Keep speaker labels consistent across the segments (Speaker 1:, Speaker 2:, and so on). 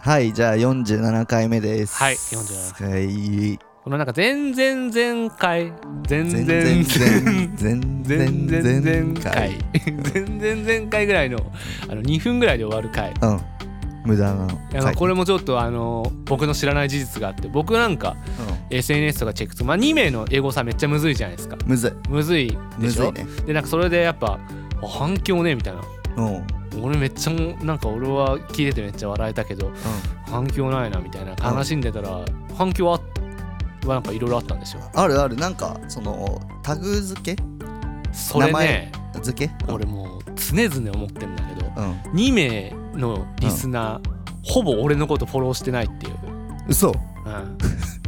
Speaker 1: はいじゃあ47回目です
Speaker 2: はい47
Speaker 1: はい
Speaker 2: このなんか前々前回前々
Speaker 1: 全
Speaker 2: 前
Speaker 1: 然
Speaker 2: 々
Speaker 1: 全然
Speaker 2: 前
Speaker 1: 全
Speaker 2: 々
Speaker 1: 然
Speaker 2: 前
Speaker 1: 全
Speaker 2: 々
Speaker 1: 回
Speaker 2: 回前々前回ぐらいのあの2分ぐらいで終わる回
Speaker 1: うん無駄ない
Speaker 2: やまあ
Speaker 1: 回
Speaker 2: これもちょっとあの僕の知らない事実があって僕なんか SNS とかチェックするまあ2名の英語差めっちゃむずいじゃないですか
Speaker 1: うんむずい
Speaker 2: むずい
Speaker 1: む
Speaker 2: でし
Speaker 1: ず
Speaker 2: ょ
Speaker 1: いね
Speaker 2: でなんかそれでやっぱあ反響ねみたいな
Speaker 1: うんうん
Speaker 2: 俺めっちゃなんか俺は聞いててめっちゃ笑えたけど反響ないなみたいな悲しんでたら反響ははなんかいろいろあったんですよ
Speaker 1: あるあるなんかそのタグ付け
Speaker 2: それ
Speaker 1: 名
Speaker 2: ね
Speaker 1: 前付け
Speaker 2: 俺もう常々思ってんだけど
Speaker 1: うん
Speaker 2: 2名のリスナー、ほぼ俺のことフォローしてないっていう、
Speaker 1: 嘘
Speaker 2: うん、
Speaker 1: い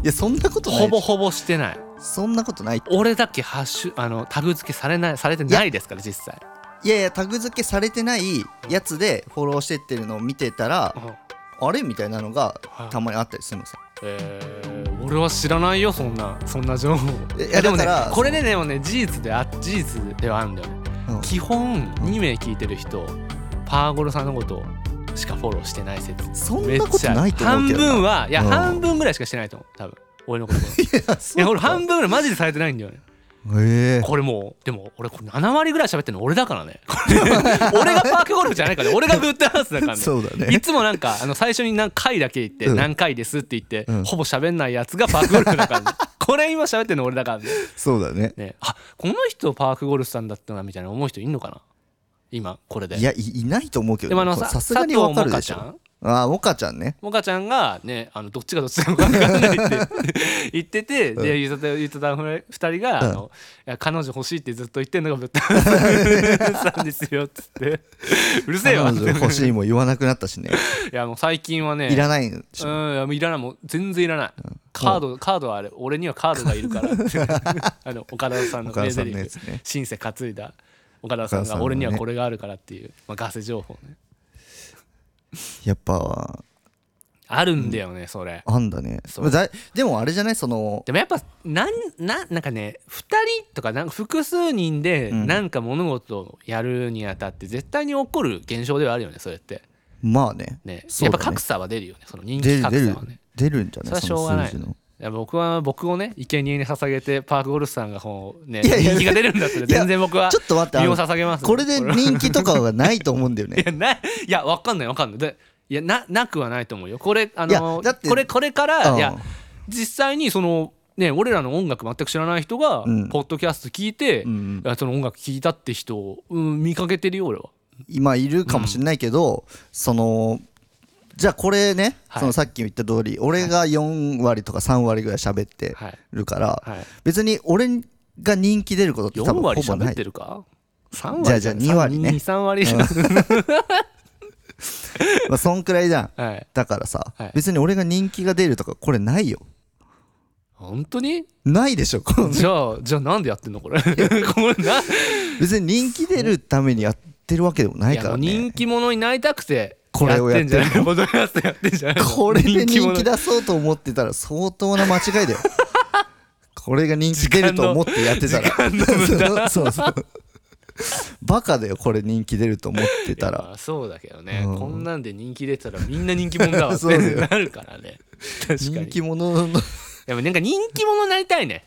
Speaker 1: やそんなことない
Speaker 2: ほぼほぼしてない
Speaker 1: そんなことない
Speaker 2: 俺だけハッシュあのタグ付けされないされてないですから実際、
Speaker 1: いやいやタグ付けされてないやつでフォローしてってるのを見てたら
Speaker 2: うん
Speaker 1: あれみたいなのが
Speaker 2: はい
Speaker 1: たまにあったりするのさ
Speaker 2: えー俺は知らないよそんなそんな情報
Speaker 1: いや
Speaker 2: でもね
Speaker 1: だから
Speaker 2: これねでもね事実であ事実ではあるんだよね
Speaker 1: うん
Speaker 2: 基本2名聞いてる人パーゴロさんのことしかフォローしてない説
Speaker 1: そん
Speaker 2: めっ
Speaker 1: なこ
Speaker 2: ち
Speaker 1: と
Speaker 2: ゃ
Speaker 1: ないと思う
Speaker 2: 半
Speaker 1: けどな
Speaker 2: 分はいや
Speaker 1: うん
Speaker 2: 半分ぐらいしかしてないと思う多分俺のことフォロー
Speaker 1: いや
Speaker 2: い
Speaker 1: そう
Speaker 2: や
Speaker 1: か
Speaker 2: 俺半分ぐらいマジでされてないんだよね
Speaker 1: へえ
Speaker 2: これもうでも俺これ7割ぐらい喋ってるの俺だからね これ俺がパークゴルフじゃないからね俺がグッドハウスだからね
Speaker 1: そうだね
Speaker 2: いつもなんかあの最初に何回だけ言って
Speaker 1: うん
Speaker 2: 何回ですって言って
Speaker 1: うん
Speaker 2: ほぼ喋んないやつがパークゴルフだからね これ今喋ってんの俺だからね
Speaker 1: そうだね
Speaker 2: ねあこの人パークゴルフさんだったなみたいな思う人いんのかな今これで
Speaker 1: いやいいないと思うけ
Speaker 2: でもあ
Speaker 1: ど
Speaker 2: の
Speaker 1: ね
Speaker 2: さ
Speaker 1: さすがにわかるでし
Speaker 2: 佐藤
Speaker 1: ょああモカちゃんね
Speaker 2: モカちゃんがねあのどっちがどっちなのか分かんないって言ってて
Speaker 1: うん
Speaker 2: でゆうたとゆうたた2人が、あのいや彼女欲しいってずっと言ってんのがぶったさんですよっつって うるせ
Speaker 1: 彼
Speaker 2: えよっつっ
Speaker 1: 女
Speaker 2: て
Speaker 1: 欲しいも言わなくなったしね
Speaker 2: いやもう最近はね
Speaker 1: いらないの
Speaker 2: うんいやもういらないもう全然いらない、カードカードはあれ俺にはカードがいるから あの岡田さんの
Speaker 1: 岡
Speaker 2: 名
Speaker 1: 田さ
Speaker 2: ゼ
Speaker 1: ん
Speaker 2: リ
Speaker 1: のや
Speaker 2: フ
Speaker 1: つね
Speaker 2: シンセ担いだ岡田さん
Speaker 1: 岡田さんの
Speaker 2: が
Speaker 1: ね
Speaker 2: 俺にはこれがあるからっていう、まあ、ガセ情報ね
Speaker 1: やっぱ
Speaker 2: あるんだよね、それ
Speaker 1: あんだね
Speaker 2: そう
Speaker 1: だでもあれじゃないその
Speaker 2: でもやっぱなんななんかね2人とかなんか複数人で
Speaker 1: ん
Speaker 2: なんか物事をやるにあたって絶対に起こる現象ではあるよねそれって
Speaker 1: まあね
Speaker 2: ね
Speaker 1: そ
Speaker 2: や
Speaker 1: う
Speaker 2: っ
Speaker 1: だ
Speaker 2: ぱ
Speaker 1: ね
Speaker 2: 格差は出るよねその
Speaker 1: 出
Speaker 2: 人気
Speaker 1: る出
Speaker 2: 格
Speaker 1: る
Speaker 2: 差はね
Speaker 1: 出るんじゃない
Speaker 2: それはしょうがない
Speaker 1: その数字の
Speaker 2: いや僕は僕をね生贄に捧げてパークゴルフさんがこうね
Speaker 1: いやいや
Speaker 2: 人気が出るんだったら
Speaker 1: いや
Speaker 2: 全然僕は
Speaker 1: ちょっと待ってあ
Speaker 2: 身
Speaker 1: の
Speaker 2: を捧げます
Speaker 1: これで
Speaker 2: い
Speaker 1: 人気とかはないと思うんだよね
Speaker 2: や ないやわかんないわかんないでいやななくはないと思うよこれあ
Speaker 1: いや
Speaker 2: の
Speaker 1: だって
Speaker 2: これこれから、
Speaker 1: うん
Speaker 2: いや実際にそのね俺らの音楽全く知らない人が、
Speaker 1: うん
Speaker 2: ポッドキャスト聞いて、
Speaker 1: うんうん
Speaker 2: いやその音楽聞いたって人を、うん、見かけてるよ俺は。
Speaker 1: 今いるかもしれないけど、そのじゃあこれね、
Speaker 2: はい
Speaker 1: そのさっき言った通り俺が4割とか3割ぐらい喋って
Speaker 2: はい
Speaker 1: るから、
Speaker 2: はい、
Speaker 1: 別に俺が人気出ることって多
Speaker 2: 4
Speaker 1: 分
Speaker 2: 割
Speaker 1: ほぼ
Speaker 2: 喋
Speaker 1: な
Speaker 2: っ
Speaker 1: い
Speaker 2: てるか3割
Speaker 1: じゃあじゃあ2割ね
Speaker 2: 23割じゃん、
Speaker 1: まあそんくらいじゃん
Speaker 2: はい
Speaker 1: だからさ、
Speaker 2: はい
Speaker 1: 別に俺が人気が出るとかこれないよ
Speaker 2: 本当に
Speaker 1: ないでしょこの
Speaker 2: じゃあじゃあなんでやってんのこれ これな
Speaker 1: 別に人気出るためにやってるわけでもないい
Speaker 2: や
Speaker 1: か
Speaker 2: もう
Speaker 1: らね
Speaker 2: 人気者になりたくて
Speaker 1: これをやってんの
Speaker 2: んじゃないポッドキャストやってんじゃないの
Speaker 1: これで人気
Speaker 2: 者
Speaker 1: 出そうと思ってたら相当な間違い だよこれが人気出ると思ってやってたらそうそうそうバカだよこれ人気出ると思ってた
Speaker 2: い
Speaker 1: ら
Speaker 2: やそうだけどね、
Speaker 1: うん
Speaker 2: こんなんで人気出たらみんな人気者だわ っ
Speaker 1: そうだ
Speaker 2: て
Speaker 1: よ
Speaker 2: なるからね確か
Speaker 1: 人
Speaker 2: に
Speaker 1: 気者の
Speaker 2: でもなんか人気者になりたいね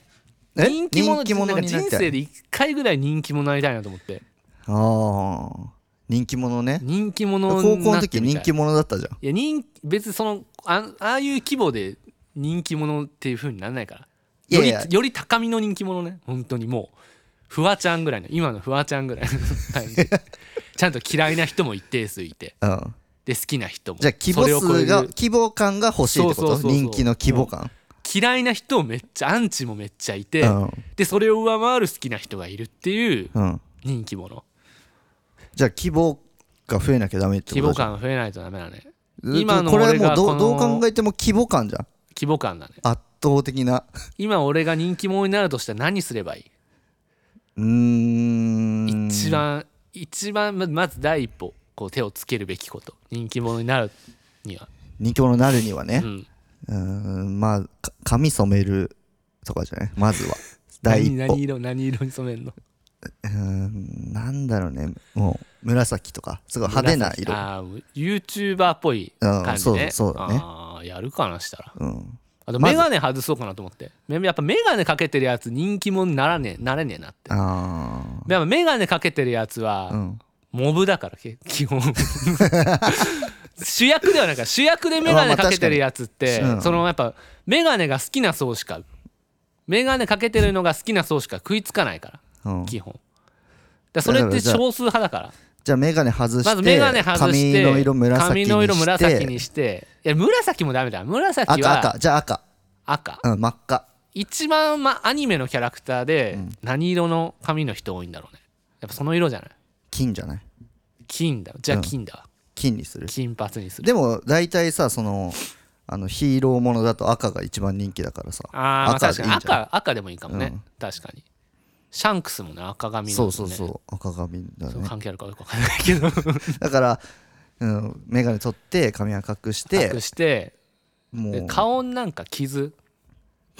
Speaker 1: え
Speaker 2: 人気者
Speaker 1: 人気者
Speaker 2: なんか
Speaker 1: になりたい
Speaker 2: 人生で1回ぐらい人気者になりたいなと思って
Speaker 1: ああ人気者ね
Speaker 2: 人気
Speaker 1: 高
Speaker 2: 者
Speaker 1: 校
Speaker 2: にな
Speaker 1: の
Speaker 2: って
Speaker 1: 時
Speaker 2: み
Speaker 1: 人
Speaker 2: たい
Speaker 1: 気者だったじゃん
Speaker 2: いや人別にそのあああいう規模で人気者っていう風にならないから
Speaker 1: い
Speaker 2: よ
Speaker 1: や
Speaker 2: り
Speaker 1: いや
Speaker 2: より高みの人気者ね本当にもうフワちゃんぐらいの今のフワちゃんぐらいの感じちゃんと嫌いな人も一定数いて
Speaker 1: うん、
Speaker 2: で好きな人も
Speaker 1: じゃあ規模
Speaker 2: それを超え
Speaker 1: 数
Speaker 2: る
Speaker 1: が規模感が欲しいってこと
Speaker 2: そうそうそうそう
Speaker 1: 人気の規模感、
Speaker 2: 嫌いな人めっちゃアンチもめっちゃいて、
Speaker 1: うん
Speaker 2: でそれを上回る好きな人がいるっていう
Speaker 1: うん、
Speaker 2: 人気者
Speaker 1: じゃあ規模が増えなきゃダメってこ
Speaker 2: 規
Speaker 1: と
Speaker 2: 模
Speaker 1: じゃん
Speaker 2: 感が増えないとダメだね
Speaker 1: ず
Speaker 2: 今の
Speaker 1: これは
Speaker 2: 俺
Speaker 1: もう
Speaker 2: がこ
Speaker 1: どう
Speaker 2: の
Speaker 1: どう考えても規模感じゃん
Speaker 2: 規模感だね
Speaker 1: 圧倒的な
Speaker 2: 今俺が人気者になるとしたら何すればいいう
Speaker 1: ーん
Speaker 2: 一番一番ままず第一歩こう手をつけるべきこと人気者になるには、
Speaker 1: 人気者になるには
Speaker 2: う
Speaker 1: ね
Speaker 2: ん、
Speaker 1: うーんまあか 髪染めるとかじゃないまずは第一
Speaker 2: 何
Speaker 1: 歩
Speaker 2: 何色何色に染めんの
Speaker 1: うーんなんだろうねもう紫とかすごい派手な色
Speaker 2: ああ YouTuber っぽい感じ
Speaker 1: う
Speaker 2: ね
Speaker 1: んそうそうだね
Speaker 2: あーやるかなしたら
Speaker 1: うん
Speaker 2: あと
Speaker 1: まず
Speaker 2: 眼鏡外そうかなと思ってめやっぱ眼鏡かけてるやつ人気者にならねえなれねえなって
Speaker 1: あ
Speaker 2: でも眼鏡かけてるやつは、
Speaker 1: あうん
Speaker 2: モブだからけ 基本主役ではないから主役で眼鏡かけてるやつって、
Speaker 1: まあまあ確かにうん
Speaker 2: そのやっぱ眼鏡が好きな層しか眼鏡かけてるのが好きな層しか食いつかないから
Speaker 1: うん
Speaker 2: 基本だからそれって少数派だから
Speaker 1: じゃあ眼鏡外して
Speaker 2: まず眼鏡外して
Speaker 1: 髪の色紫にして
Speaker 2: 髪の色紫にしていや紫もダメだ紫
Speaker 1: 赤
Speaker 2: は
Speaker 1: 赤じゃあ赤
Speaker 2: 赤
Speaker 1: うん真っ赤
Speaker 2: 一番、ま、アニメのキャラクターで何色の髪の人多いんだろうねやっぱその色じゃない
Speaker 1: 金じゃない
Speaker 2: 金だじゃあ
Speaker 1: うん
Speaker 2: 金だわ、
Speaker 1: 金にする
Speaker 2: 金髪にする
Speaker 1: でも大体さそのあのヒーローものだと赤が一番人気だからさ
Speaker 2: あーまあ
Speaker 1: 赤
Speaker 2: 確
Speaker 1: で
Speaker 2: か
Speaker 1: いい
Speaker 2: に
Speaker 1: んじゃない
Speaker 2: 赤赤でもいいかもね、
Speaker 1: うん
Speaker 2: 確かにシャンクスもね赤髪の、
Speaker 1: そ
Speaker 2: ね、
Speaker 1: うそうそう赤髪だ
Speaker 2: そう
Speaker 1: ね
Speaker 2: 関係あるかよくわかんな いけど
Speaker 1: だからうん眼鏡取って髪は隠して
Speaker 2: 隠して
Speaker 1: も
Speaker 2: で
Speaker 1: う
Speaker 2: 顔なんか傷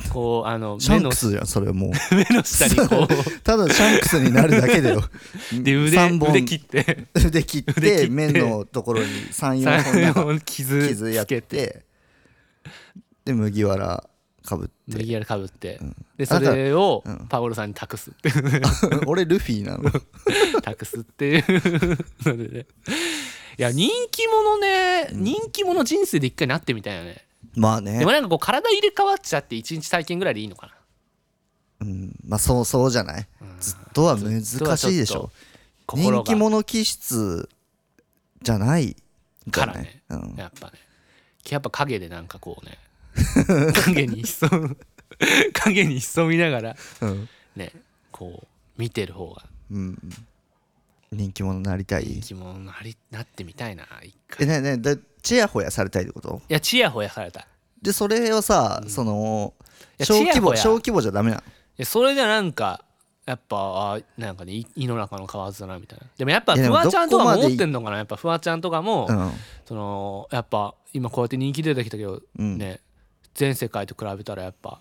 Speaker 2: こうあの
Speaker 1: シャ
Speaker 2: 目
Speaker 1: ン
Speaker 2: の
Speaker 1: クスじゃんそれ もう
Speaker 2: 目の下に こう
Speaker 1: ただシャンクスになるだけだよ
Speaker 2: で
Speaker 1: 三
Speaker 2: 腕
Speaker 1: 本
Speaker 2: 腕切って
Speaker 1: 腕切って
Speaker 2: 腕切って
Speaker 1: 面のところに34本な
Speaker 2: 3
Speaker 1: んか
Speaker 2: 本傷
Speaker 1: 傷や
Speaker 2: つ
Speaker 1: っ
Speaker 2: け
Speaker 1: て
Speaker 2: て
Speaker 1: で麦わらかぶって
Speaker 2: 右側かぶって、で
Speaker 1: あ
Speaker 2: そ
Speaker 1: だから
Speaker 2: れを
Speaker 1: うん
Speaker 2: パゴロさんに託す っていう
Speaker 1: 俺ルフィなの
Speaker 2: 託すっていう のでねいや人気者ね、人気者人生で一回なってみたいよね
Speaker 1: まあ
Speaker 2: で
Speaker 1: ね
Speaker 2: も、なんかこう体入れ替わっちゃって1日体験ぐらいでいいのかな
Speaker 1: うん、まあそうそうじゃないずっとは難しいでしょ
Speaker 2: 心
Speaker 1: 人
Speaker 2: が
Speaker 1: 気者気質じゃないんじゃ
Speaker 2: からね
Speaker 1: ないうん、
Speaker 2: やっぱねやっぱ影でなんかこうね影に潜 む影に潜みながら
Speaker 1: うん
Speaker 2: ねこう見てる方が
Speaker 1: うん、人気者になりたい
Speaker 2: 人気者になりなってみたいな一
Speaker 1: え
Speaker 2: 回い
Speaker 1: ねえねえだチヤホヤされたいってこと
Speaker 2: やちやほやされたい
Speaker 1: でそれをさ、その
Speaker 2: いや
Speaker 1: 小規模
Speaker 2: ちやほ
Speaker 1: 小
Speaker 2: や
Speaker 1: 規模じゃダメなの
Speaker 2: やそれじゃなんかやっぱあなんかねい井の中の蛙だなみたいなでもやっぱ
Speaker 1: いやで
Speaker 2: フ
Speaker 1: も
Speaker 2: ワちゃんとか
Speaker 1: どこま
Speaker 2: も
Speaker 1: でい
Speaker 2: 思ってんのかなやっぱフワちゃんとかも、
Speaker 1: うん
Speaker 2: そのやっぱ今こうやって人気出てきたけど、
Speaker 1: うん
Speaker 2: ね全世界と比べたらやっぱ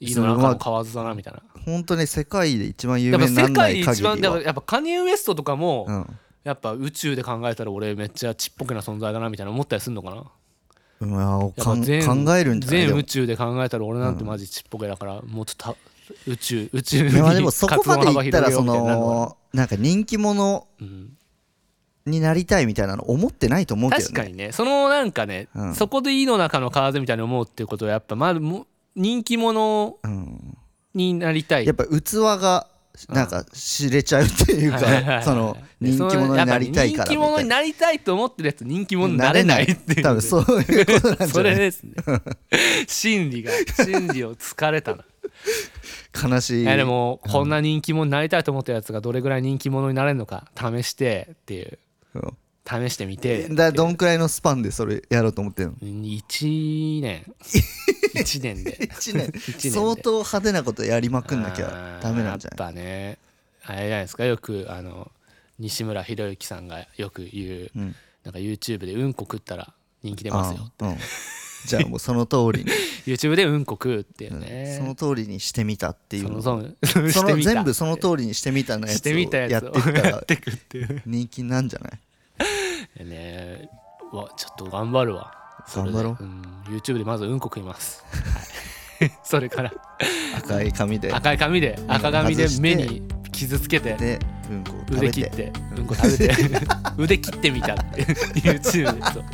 Speaker 2: 井の中の蛙だなみたいな
Speaker 1: 本当に世界で一番有
Speaker 2: やっぱ
Speaker 1: 名になら
Speaker 2: 世
Speaker 1: な
Speaker 2: 界
Speaker 1: い
Speaker 2: 一
Speaker 1: 限
Speaker 2: 番
Speaker 1: り
Speaker 2: だ
Speaker 1: は
Speaker 2: からやっぱカニエ・ウエストとかも、
Speaker 1: うん
Speaker 2: やっぱ宇宙で考えたら俺めっちゃちっぽけな存在だなみたいな思ったりするのかな
Speaker 1: うんまあ
Speaker 2: やっ
Speaker 1: か
Speaker 2: ぱ
Speaker 1: ん
Speaker 2: 全
Speaker 1: 考えるんじゃないで
Speaker 2: 全
Speaker 1: も
Speaker 2: 宇宙で考えたら俺なんてマジちっぽけだから、もうちょっとは宇宙宇宙に
Speaker 1: いやまあでもそこまで
Speaker 2: 活動の幅
Speaker 1: いったらそ
Speaker 2: 広げようみたいになるか
Speaker 1: のなんか人気者
Speaker 2: なうん
Speaker 1: になりたいみたいなの思ってないと思うけど
Speaker 2: 確か
Speaker 1: ね
Speaker 2: にねそのなんかね、
Speaker 1: うん
Speaker 2: そこで井の中の蛙みたいに思うっていうことはやっぱまあもう人気者
Speaker 1: うん
Speaker 2: になりたい
Speaker 1: やっぱ器がなんか知れちゃうっていう
Speaker 2: はいはいはいは
Speaker 1: か
Speaker 2: い
Speaker 1: その人気者になりたいからみた
Speaker 2: そのやっぱ人気
Speaker 1: い
Speaker 2: 者になりたいと思ってるやつ人気者になれないっていう
Speaker 1: 多分そういうことなんじゃない
Speaker 2: それですね心理が心理を疲 れたな
Speaker 1: 悲しい
Speaker 2: いやでもこんな人気者になりたいと思ったやつがどれぐらい人気者になれるのか試してっていう
Speaker 1: うん
Speaker 2: 試してみて
Speaker 1: だどんくらいのスパンでそれやろうと思ってるの
Speaker 2: 1年1年で
Speaker 1: 1年
Speaker 2: 一年で
Speaker 1: 相当派手なことやりまくんなきゃ
Speaker 2: あー
Speaker 1: ダメなんじゃない
Speaker 2: やっぱねあれじゃないですかよくあの西村博之さんがよく言う、
Speaker 1: うん
Speaker 2: なんか YouTube でうんこ食ったら人気出ますよ
Speaker 1: あーうんじゃあもうその通りに
Speaker 2: YouTube でうんこ食うっていうね、
Speaker 1: その通りにしてみたっていう
Speaker 2: その
Speaker 1: の
Speaker 2: その
Speaker 1: そ
Speaker 2: して
Speaker 1: の
Speaker 2: みた
Speaker 1: 全部その通りにしてみたのや
Speaker 2: し
Speaker 1: つ
Speaker 2: て
Speaker 1: を
Speaker 2: みた
Speaker 1: や
Speaker 2: や
Speaker 1: っ
Speaker 2: つ
Speaker 1: て
Speaker 2: を
Speaker 1: った
Speaker 2: や
Speaker 1: ら
Speaker 2: ってくっていう
Speaker 1: 人気なんじゃない
Speaker 2: ねうわちょっと頑張るわそれで、
Speaker 1: 頑張ろうん
Speaker 2: YouTube でまずうんこ食います、はい、 それから
Speaker 1: 赤い紙で
Speaker 2: 赤い紙で赤紙
Speaker 1: 外
Speaker 2: で
Speaker 1: して
Speaker 2: 目に傷つけて
Speaker 1: でうんこを食べ
Speaker 2: 腕切っててうんこ食べて 腕切ってみたって YouTube でそう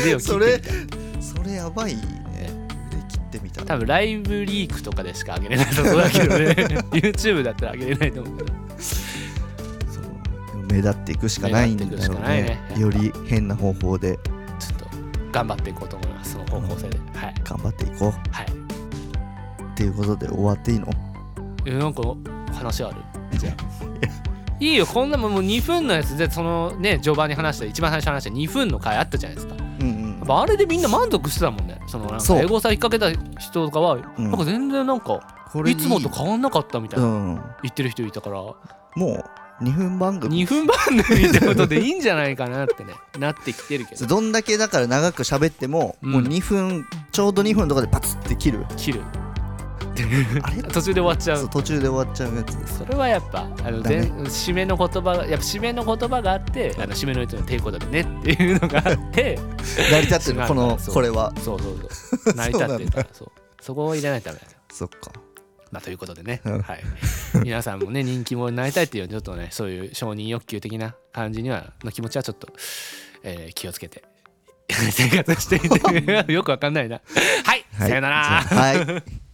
Speaker 2: 腕を切
Speaker 1: そ
Speaker 2: って
Speaker 1: れ
Speaker 2: みた
Speaker 1: それやばいね腕切ってみた
Speaker 2: 多分ライブリークとかでしか上げれないと思うだけど ね YouTube だったら上げれないと思うけど
Speaker 1: そう目立っていくしかないんだ
Speaker 2: 目立ってい
Speaker 1: ろ
Speaker 2: くし
Speaker 1: う
Speaker 2: かない
Speaker 1: ね
Speaker 2: ね
Speaker 1: より変な方法で
Speaker 2: ちょっと頑張っていこうと思いますその方向性ではい
Speaker 1: 頑張っていこう
Speaker 2: はい
Speaker 1: っていうことで終わっていいの
Speaker 2: えなんか話あるじゃあ いいよこんなもんもう2分のやつでそのね序盤に話した一番最初に話した2分の回あったじゃないですかや
Speaker 1: うん
Speaker 2: っぱあれでみんな満足してたもんねそのなん
Speaker 1: そ
Speaker 2: か
Speaker 1: う
Speaker 2: エゴサ引っ掛けた人とかは、
Speaker 1: うん
Speaker 2: なんか全然なんか
Speaker 1: こ
Speaker 2: いつもと変わんなかったみたいうな、
Speaker 1: ん
Speaker 2: 言ってる人いたから
Speaker 1: もう2分番組
Speaker 2: 2分番組ってことでいいんじゃないかなってねなってきてるけ ど
Speaker 1: どんだけだから長く喋っても、
Speaker 2: うん
Speaker 1: もう2分ちょうど2分とかでパツって切る
Speaker 2: 切る
Speaker 1: ってあれ
Speaker 2: 途中で終わっちゃ
Speaker 1: そう
Speaker 2: う
Speaker 1: 途中で終わっちゃうやつです
Speaker 2: それはやっぱあの
Speaker 1: ダメ
Speaker 2: 前締めの言葉がやっぱ締めの言葉があってあの締めの人の抵抗だねっていうのがあって
Speaker 1: 成り立ってるの
Speaker 2: 違うんだ
Speaker 1: この
Speaker 2: そう
Speaker 1: これは
Speaker 2: そうそうそう成り立ってるからそうそこを入れないとダメなんです
Speaker 1: そ
Speaker 2: よ
Speaker 1: っか
Speaker 2: まあということでね、
Speaker 1: うん
Speaker 2: はい、皆さんもね人気者になりたいっていうちょっとねそういう承認欲求的な感じにはの気持ちはちょっと、えー気をつけて 生活してみてよくわかんないなはい、
Speaker 1: はい
Speaker 2: さよなら
Speaker 1: じゃあはい